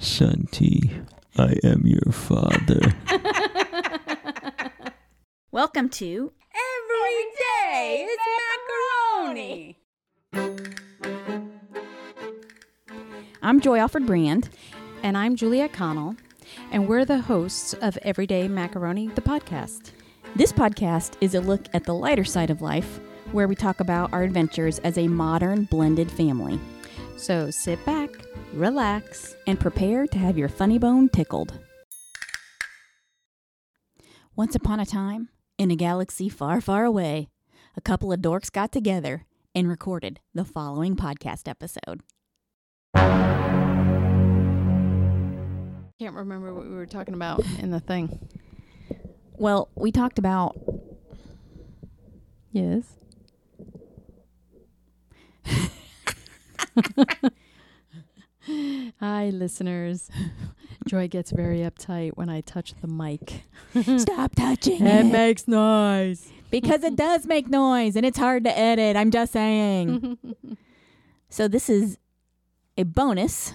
Shanti, I am your father. Welcome to Every day is macaroni. I'm Joy Alford Brand. And I'm Julia Connell, and we're the hosts of Everyday Macaroni, the podcast. This podcast is a look at the lighter side of life where we talk about our adventures as a modern blended family So sit back, relax. and prepare to have your funny bone tickled. Once upon a time, in a galaxy far, far away, a couple of dorks got together and recorded the following podcast episode. Can't remember what we were talking about in the thing. Well, we talked about Yes. Hi, listeners. Joy gets very uptight when I touch the mic. stop touching It it. makes noise. because it does make noise and it's hard to edit. I'm just saying. so this is a bonus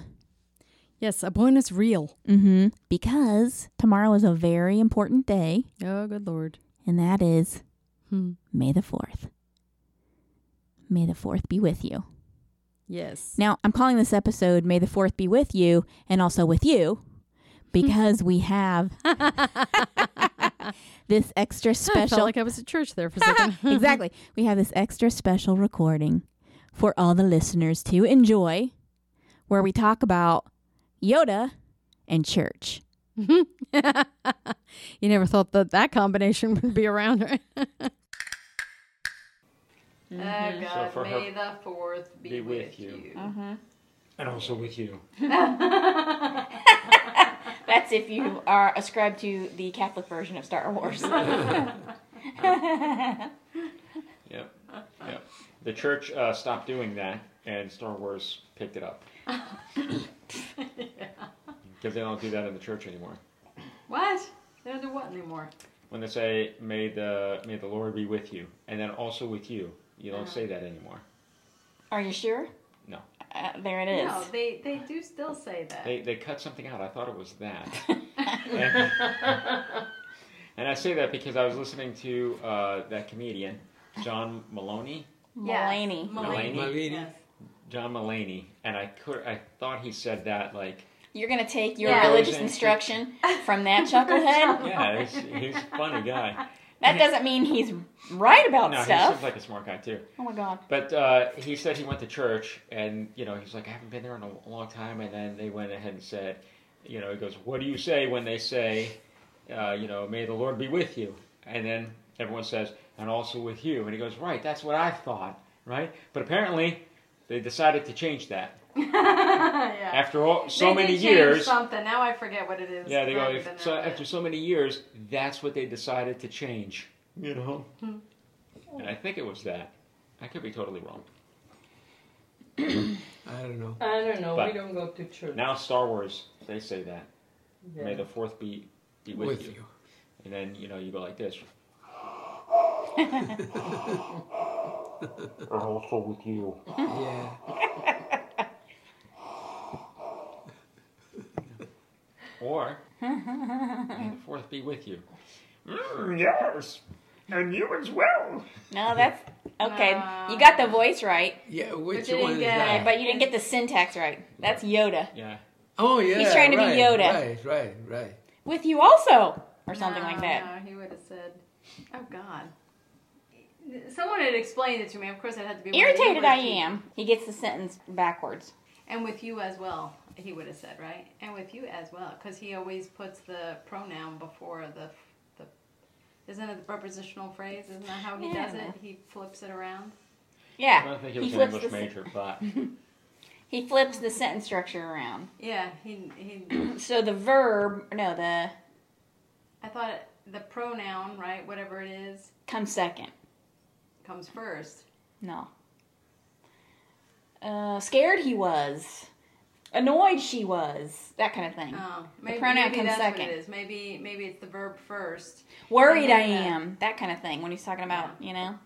Yes, a bonus reel. mm-hmm. because tomorrow is a very important day, Oh, good lord. and that is Hmm. May the 4th. May the 4th be with you. Yes. Now, I'm calling this episode May the 4th be with you and also with you because we have this extra I felt special. like I was at church there for a second. exactly. We have this extra special recording for all the listeners to enjoy where we talk about Yoda and church. you never thought that that combination would be around, right? Oh God, may the fourth be, with, you. And also with you. That's if you are ascribed to the Catholic version of Star Wars. Yep. Yep. The church uh, stopped doing that, and Star Wars picked it up. Because they don't do that in the church anymore. What? They don't do what anymore? When they say "May the May the Lord be with you," and then also with you, you Uh-huh. don't say that anymore. Are you sure? No. Uh, there it is. No, they they do still say that. They they cut something out. I thought it was that. and, and I say that because I was listening to uh, that comedian, John Maloney. Yeah. Mulaney. Mulaney. Mulaney. Yes. John Mulaney, and I could I thought he said that like You're going to take your Yeah. religious instruction from that chucklehead? yeah he's, he's a funny guy. That doesn't mean he's right about No, he stuff. seems like a smart guy too. oh my god. But uh, he said he went to church, and you know he's like I haven't been there in a long time. And then they went ahead and said, you know, he goes, what do you say when they say, uh, you know, may the Lord be with you? And then everyone says, and also with you. And he goes, right, that's what I thought, right? But apparently, they decided to change that yeah. after all so They many did change years. Something. Now I forget what it is. Yeah, they I go. haven't been so there after so many years, that's what they decided to change. You know, and I think it was that. I could be totally wrong. I don't know. I don't know. But- we don't go to church. Now Star Wars, they say that. Yeah. May the fourth be be with, you. And then you know you go like this. and also with you. Oh. Yeah. Or may the fourth be with you. Mm, yes, and you as well. No, that's okay. No. You got the voice right, Yeah, But which you didn't one is get that? it. but you didn't get the syntax right. That's Yoda. Yeah. oh, yeah. He's trying to be right, Yoda. Right, right, right. With you also, or something No, like that. No, Ah, he would have said, "Oh God." Someone had explained it to me. Of course, it had to be one of the Irritated I English teachers. am. He gets the sentence backwards. And with you as well, he would have said, right? And with you as well, because he always puts the pronoun before the the. Isn't it the prepositional phrase? Isn't that how he does Yeah. it? He flips it around. Yeah. I don't think it was he an flips the English sen- major, but He flips the sentence structure around. Yeah, he he. So the verb, no, the I thought the pronoun, right, whatever it is, comes second. comes first. No. Uh, scared he was. Annoyed she was. That kind of thing. Oh, maybe, pronoun maybe comes that's what second. it is. Maybe maybe it's the verb first. Worried I I hear that. am. That kind of thing. When he's talking about, you know,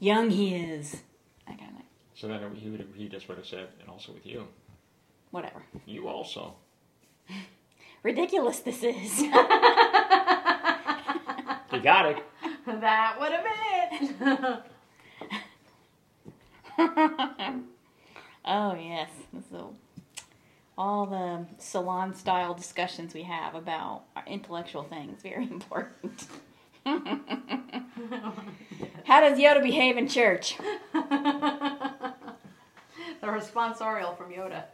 young he is. That kind of thing. so then he would he just would have said, and also with you. Whatever. You also. ridiculous this is. Uh, You got it. that would have been. it. oh yes, so all the salon style discussions we have about our intellectual things very important. How does Yoda behave in church? the responsorial from Yoda.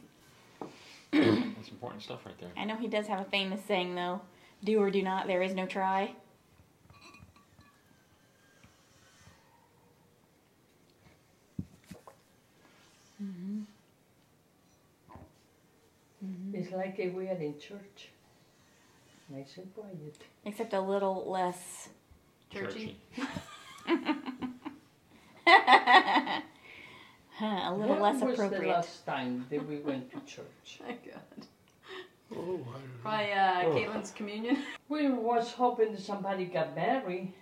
Oh That's important stuff right there. I know he does have a famous saying though: "Do or do not. There is no try." It's like if we are in church. Nice and quiet. Except a little less. Churchy. huh, a little when less was the appropriate. last time that we went to church? My God. Oh, I don't know. Probably uh, Oh. Caitlin's communion. We was hoping that somebody got married,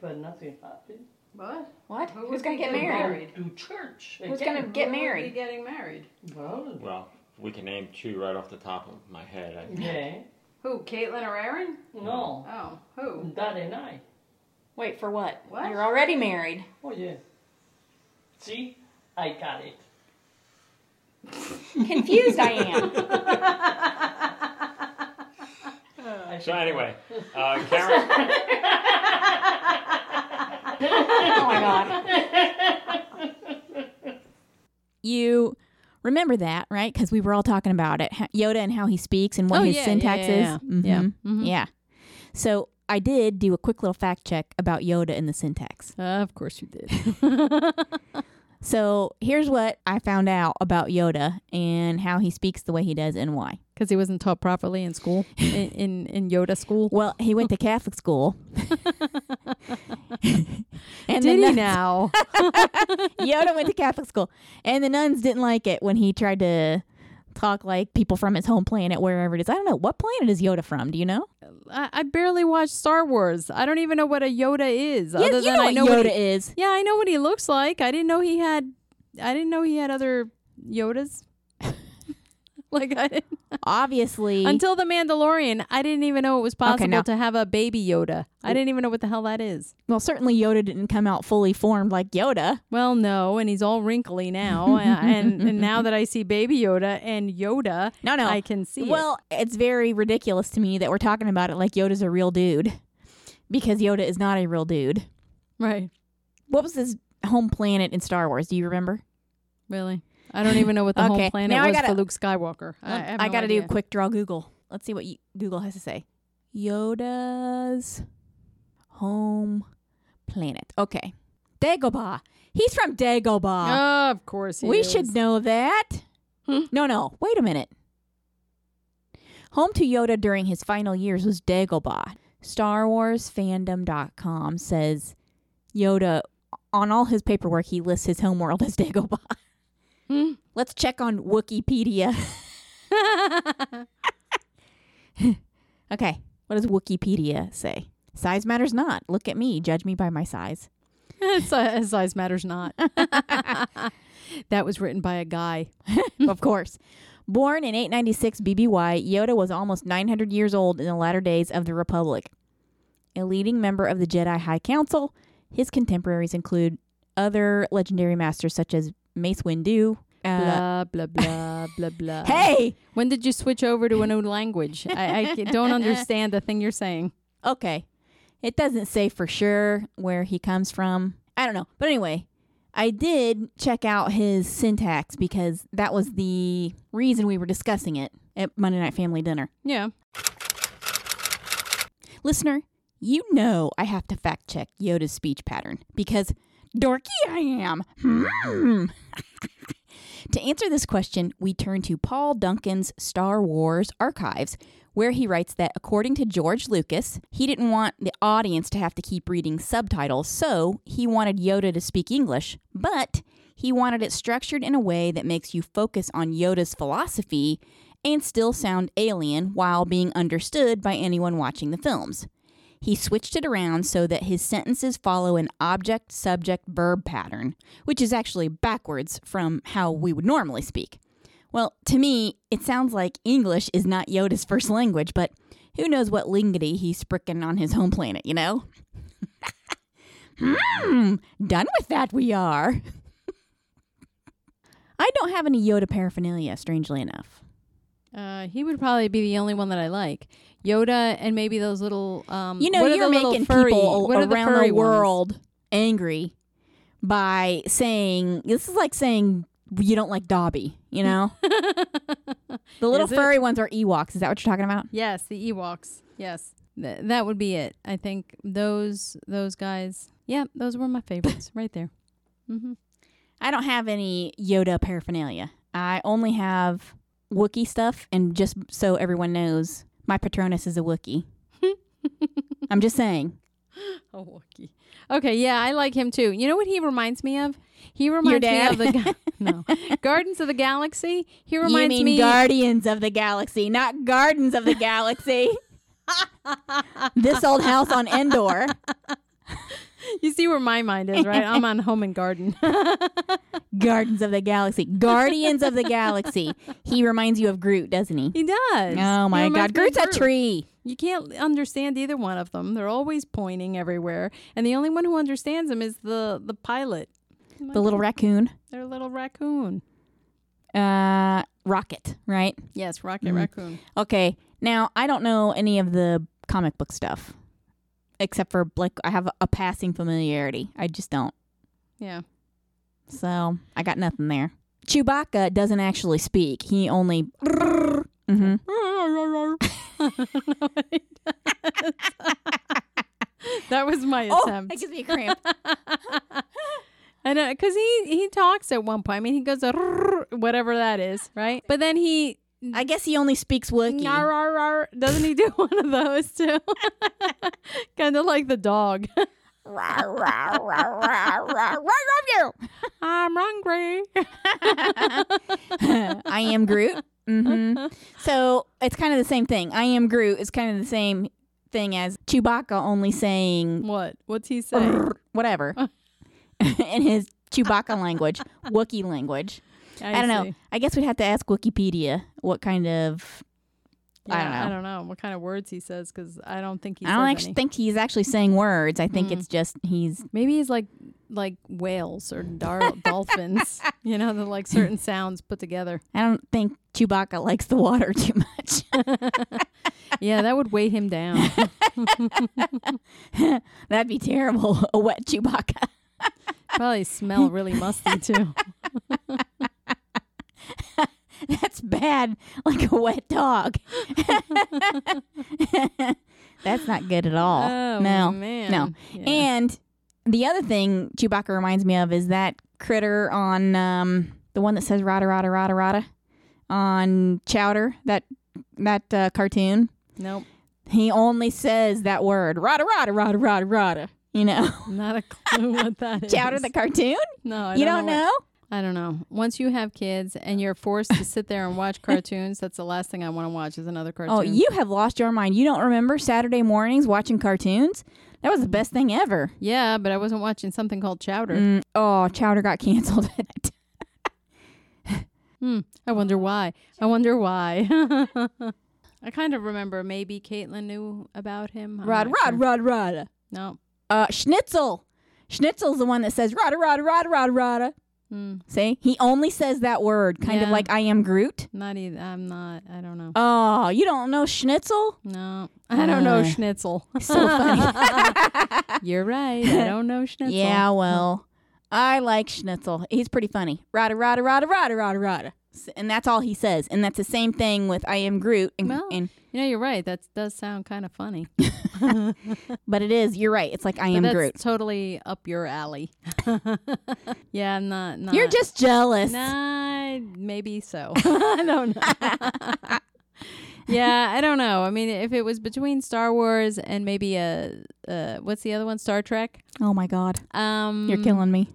but nothing happened. What? What? Who Who's would gonna be get getting married? To church. Who's again. gonna get Who would married? Be getting married. Well, Well, we can name two right off the top of my head. I think. yeah. Who? Caitlin or Aaron? No. Oh, who? Dad and I. Wait for what? What? You're already married. Oh, yeah. See? I got it. Confused I am. I So think- anyway, uh, Karen, Oh my god. You remember that, right? Because we were all talking about it, ha- Yoda and how he speaks and what Oh, his yeah, yeah, syntax yeah, is. yeah. Yeah. Mhm. Mhm. yeah. So I did do a quick little fact check about Yoda and the syntax. of course you did. So here's what I found out about Yoda and how he speaks the way he does and why. Because he wasn't taught properly in school, in, in, in Yoda school. Well, he went to Catholic school. and the Did he nuns- now? Yoda went to Catholic school, and the nuns didn't like it when he tried to talk like people from his home planet, wherever it is. I don't know what planet is Yoda from. Do you know? I, I barely watched Star Wars. I don't even know what a Yoda is. Yeah, other you than know I what know Yoda what he- is. Yeah, I know what he looks like. I didn't know he had. I didn't know he had other Yodas. like I didn't, Obviously, until the Mandalorian, I didn't even know it was possible now- to have a baby Yoda. I didn't even know what the hell that is. well, certainly Yoda didn't come out fully formed like Yoda. Well, no, and he's all wrinkly now. a- and, and now that I see Baby Yoda and Yoda, No, no. I can see. it. well, it's very ridiculous to me that we're talking about it like Yoda's a real dude, because Yoda is not a real dude. right? What was his home planet in Star Wars? Do you remember? Really, I don't even know what the Okay, whole planet now I was gotta- for Luke Skywalker. I, I, have no gotta do idea. a quick draw Google. Let's see what you, Google has to say. Yoda's home planet. Okay, Dagobah. He's from Dagobah. Oh, of course, he we is. Hmm? should know that. No, no. Wait a minute. Home to Yoda during his final years was Dagobah. StarWarsFandom.com says Yoda on all his paperwork he lists his homeworld as Dagobah. Hmm. Let's check on Wikipedia. Okay. What does Wikipedia say? Size matters not. Look at me. Judge me by my size. Si- Size matters not. that was written by a guy. of course. Born in 896 BBY, Yoda was almost 900 years old in the latter days of the Republic. A leading member of the Jedi High Council, his contemporaries include other legendary masters such as Mace Windu. Uh, Blah blah blah blah blah. hey! when did you switch over to a new language? I, I ca- don't understand the thing you're saying. Okay. It doesn't say for sure where he comes from. I don't know. But anyway, I did check out his syntax because that was the reason we were discussing it at Monday Night Family Dinner. Yeah, Listener, you know I have to fact check Yoda's speech pattern because dorky I am. Hmm. to answer this question, we turn to Paul Duncan's Star Wars archives, where he writes that according to George Lucas, he didn't want the audience to have to keep reading subtitles, so he wanted Yoda to speak English, but he wanted it structured in a way that makes you focus on Yoda's philosophy and still sound alien while being understood by anyone watching the films. He switched it around so that his sentences follow an object subject verb pattern, which is actually backwards from how we would normally speak. Well, to me, it sounds like English is not Yoda's first language, but who knows what lingity he's spricking on his home planet, you know? Hmm, done with that we are. I don't have any Yoda paraphernalia, strangely enough. Uh, he would probably be the only one that I like. Yoda and maybe those little um You know, what are you're the little making furry, people what are the around the, furry ones? world angry by saying this is like saying you don't like Dobby, you know? the little Is it? furry ones are Ewoks. Is that what you're talking about? Yes, the Ewoks. Yes, Th- that would be it. I think those those guys. Yeah, those were my favorites right there. Mm-hmm. I don't have any Yoda paraphernalia. I only have Wookiee stuff, and just so everyone knows, my Patronus is a Wookiee. I'm just saying. Oh, Wookie. Okay, yeah, I like him too. You know what he reminds me of? He reminds me dad? of the ga- no Gardens of the Galaxy. He you reminds mean me. Guardians of the Galaxy, not Gardens of the Galaxy. this old house on Endor. you see where my mind is, right? I'm on Home and Garden. Gardens of the Galaxy. Guardians of the Galaxy. He reminds you of Groot, doesn't he? he does. Oh He my reminds God. me of Groot's a Groot. tree. You can't understand either one of them. They're always pointing everywhere, and the only one who understands them is the the pilot. The little raccoon. Their little raccoon. Uh, Rocket, right? Yes, Rocket Mm. Raccoon. Okay. Now, I don't know any of the comic book stuff except for like I have a passing familiarity. I just don't. Yeah. So, I got nothing there. Chewbacca doesn't actually speak. He only Mhm. that was my Oh, attempt. that gives me a cramp. I know, because he he talks at one point. I mean, he goes whatever that is, right? But then he I guess he only speaks Wookiee. Nar, rar, rar. Doesn't he do one of those too? kind of like the dog. Rah, rah, rah, rah, rah, rah, love you. I'm hungry. I am Groot. hmm So it's kind of the same thing. I am Groot is kind of the same thing as Chewbacca, only saying What? What's he saying? whatever in his Chewbacca language, Wookiee language. I, don't know. see. I guess we'd have to ask Wikipedia what kind of. I Yeah, don't know. I don't know what kind of words he says because I don't think he. I don't says actually any. Mm. think he's actually saying words. I think it's just he's Maybe he's like like whales or dar- dolphins. You know, they're like certain sounds put together. I don't think Chewbacca likes the water too much. Yeah, that would weigh him down. That'd be terrible. A wet Chewbacca. Probably smell really musty too. That's bad, like a wet dog. That's not good at all. Oh, no, man. no. Yeah. And the other thing Chewbacca reminds me of is that critter on um, the one that says "rada rada rada rada" on Chowder that that uh, cartoon. Nope, He only says that word "rada rada rada rada rada." You know, not a clue what that is. Chowder the cartoon. no, I you don't don't what- know? I don't know. Once you have kids and you're forced to sit there and watch cartoons, that's the last thing I want to watch is another cartoon. Oh, you have lost your mind. You don't remember Saturday mornings watching cartoons? That was the best thing ever. Yeah, but I wasn't watching something called Chowder. Mm, oh, Chowder got canceled. I wonder why. I wonder why. I kind of remember maybe Caitlin knew about him. I'm Oh, rod, not rod, sure. rod, rod. No. Uh, Schnitzel. Schnitzel's the one that says rada, rada, rada, rada, rada. Mm, See? He only says that word, kind of Yeah. like I am Groot. not either. I'm not. I don't know. Oh, you don't know Schnitzel? No. I don't know Uh, schnitzel. So funny. You're right. I don't know schnitzel. yeah, well, I like Schnitzel. He's pretty funny. Rada, rada, rada, rada, rada, rada. S- And that's all he says. And that's the same thing with I am Groot. And, Well, and You know, you're right. That does sound kind of funny. But it is. You're right. It's like I But am that's Groot. totally up your alley. yeah, I'm not. not You're just jealous. Nah, maybe so. I don't know. yeah, I don't know. I mean, if it was between Star Wars and maybe a uh, what's the other one, Star Trek? Oh my God. Um, You're killing me.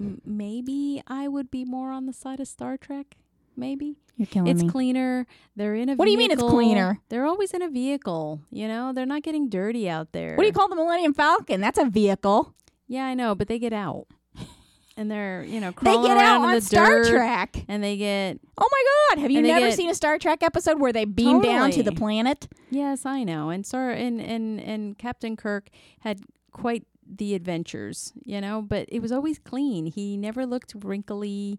m- Maybe I would be more on the side of Star Trek. Maybe You're killing it's me. cleaner. They're in a. Oh, What do you mean it's vehicle. cleaner? They're always in a vehicle. You know, they're not getting dirty out there. What do you call the Millennium Falcon? That's a vehicle. Yeah, I know, but they get out. and they're you know They crawling get around out in on the Star dirt, Trek. and they get Oh my God! Have you And they never get- seen a Star Trek episode where they beam down to the Totally. planet? yes, I know. And Star and and and Captain Kirk had quite the adventures, you know, but it was always clean. He never looked wrinkly.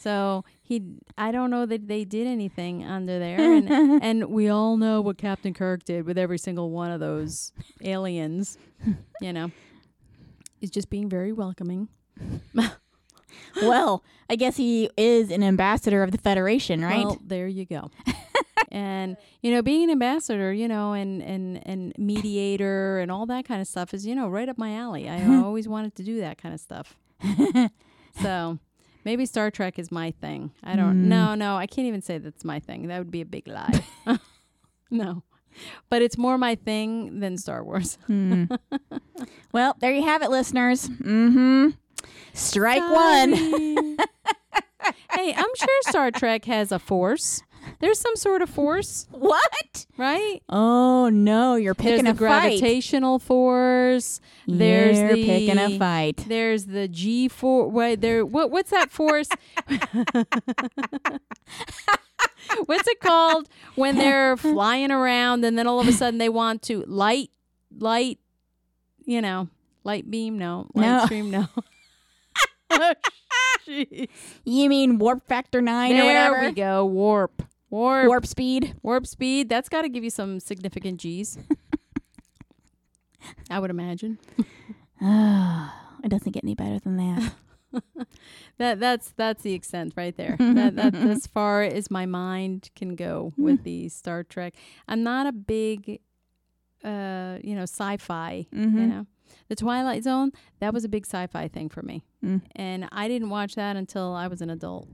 So he, I don't know that they did anything under there, and, and we all know what Captain Kirk did with every single one of those aliens. You know, is just being very welcoming. well, I guess he is an ambassador of the Federation, right? Well, there you go. and you know, being an ambassador, you know, and and and mediator and all that kind of stuff is you know right up my alley. I always wanted to do that kind of stuff. so maybe Star Trek is my thing. I don't. Mm. No, no, I can't even say that's my thing. That would be a big lie. no. But it's more my thing than Star Wars. Well, there you have it, listeners. Mm-hmm. Strike one. Sorry. hey, I'm sure Star Trek has a force. There's some sort of force, What? right? Oh no, you're There's picking the a fight. gravitational force. There's you're the picking a fight. There's the G four. Wait, there. What? What's that force? what's it called when they're flying around and then all of a sudden they want to light, light, you know, light beam? No, light No. stream? No. Jeez. You mean warp factor nine or There whatever? we go. Warp. Warp. Warp speed. Warp speed. That's got to give you some significant G's. I would imagine. it doesn't get any better than that. That that's that's the extent right there. that, that as far as my mind can go Hmm. with the Star Trek. I'm not a big, uh, you know, sci-fi. Mm-hmm. You know, the Twilight Zone. That was a big sci-fi thing for me, Mm. and I didn't watch that until I was an adult.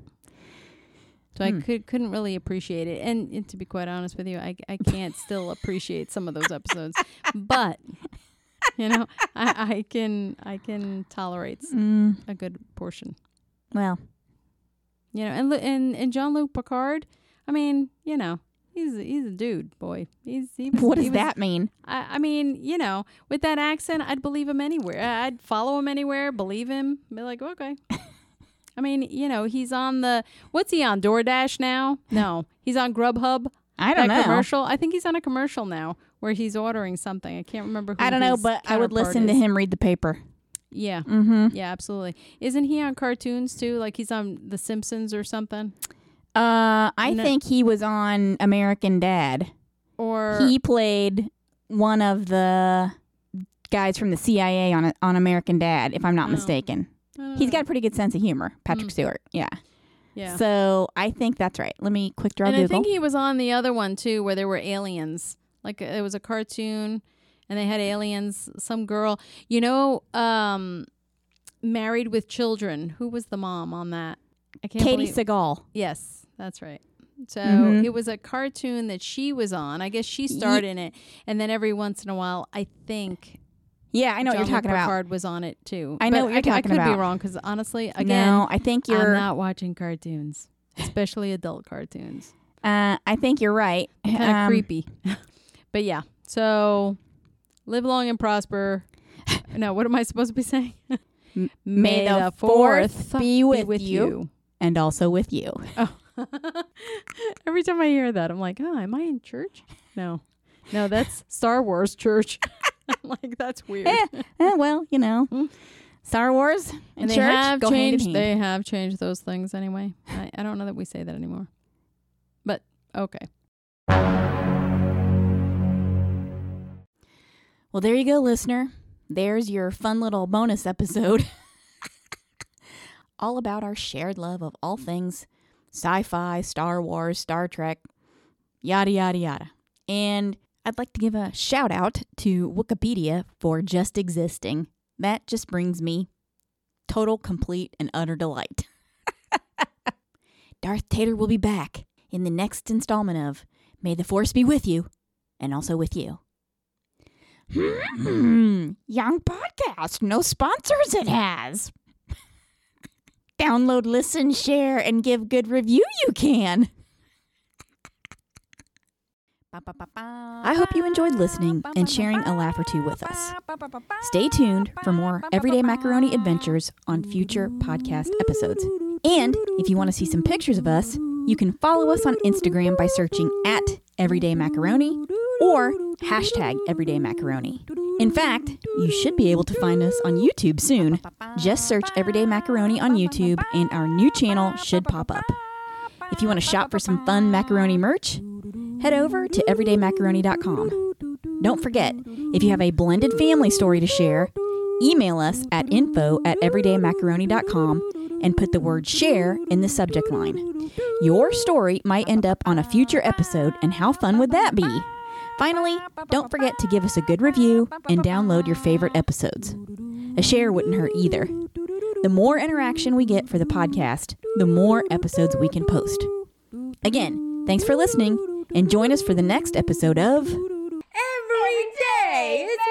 So Hmm. I could couldn't really appreciate it, and, and to be quite honest with you, I I can't still appreciate some of those episodes, but you know, I, I can I can tolerate s- Mm, a good portion. well, You know, and Lu- and and John Luke Picard. I mean, you know, he's he's a dude, boy. He's he was, what he does was- that mean? I, I mean, you know, with that accent, I'd believe him anywhere. I- I'd follow him anywhere, believe him, be like, okay. I mean, you know, he's on the what's he on DoorDash now? No, he's on Grubhub. I don't that know. commercial. I think he's on a commercial now where he's ordering something. I can't remember. who I don't know, his but I would counterpart listen to is. him read the paper. Yeah, Mm-hmm. yeah, absolutely. Isn't he on cartoons too? Like he's on The Simpsons or something. Uh, I No. think he was on American Dad. Or He played one of the guys from the CIA on on American Dad, if I'm not Oh. mistaken. I He's don't know. got a pretty good sense of humor, Patrick Mm. Stewart. Yeah. Uh, yeah. So I think that's right. Let me quick draw and Google. I think he was on the other one too, where there were aliens. Like uh, it was a cartoon, and they had aliens. Some girl, you know, um, married with children. Who was the mom on that? I can't. Katie believe- Seagal. Yes, that's right. So Mhm. it was a cartoon that she was on. I guess she starred in it, and then every once in a while, I think Yeah, I know what John you're talking Luke about. Picard was on it too. I know But what you're I, c- talking I could about. be wrong because honestly, again, no, I think I'm you're. not watching cartoons, especially adult cartoons. uh, I think you're right. kind of Um, creepy. but yeah, so live long and prosper. no, what am I supposed to be saying? May the fourth be with, you. you. Oh. and also with you. Every time I hear that, I'm like, oh, am I in church? No, no, that's Star Wars church. I'm like that's weird. Eh, eh, well, you know, Star Wars and, Mm. and they church have go changed. hand in hand. They have changed those things anyway. I, I don't know that we say that anymore. But okay, Well, there you go, listener. There's your fun little bonus episode, all about our shared love of all things sci-fi, Star Wars, Star Trek, yada yada yada. And I'd like to give a shout out to Wikipedia for just existing. That just brings me total, complete, and utter delight. Darth Tater will be back in the next installment of May the Force Be With You and also with you. Hmm, young podcast, no sponsors it has. Download, listen, share, and give good review you can. I hope you enjoyed listening and sharing a laugh or two with us. Stay tuned for more everyday macaroni adventures on future podcast episodes. And if you want to see some pictures of us, you can follow us on Instagram by searching at Everyday Macaroni or hashtag Everyday Macaroni. In fact, you should be able to find us on YouTube soon. Just search Everyday Macaroni on YouTube and our new channel should pop up. If you want to shop for some fun macaroni merch, head over to everydaymacaroni.com. Don't forget, if you have a blended family story to share, email us at info at everydaymacaroni.com and put the word share in the subject line. Your story might end up on a future episode, and how fun would that be? Finally, don't forget to give us a good review and download your favorite episodes. A share wouldn't hurt either. The more interaction we get for the podcast, the more episodes we can post. Again, thanks for listening and join us for the next episode of Every day is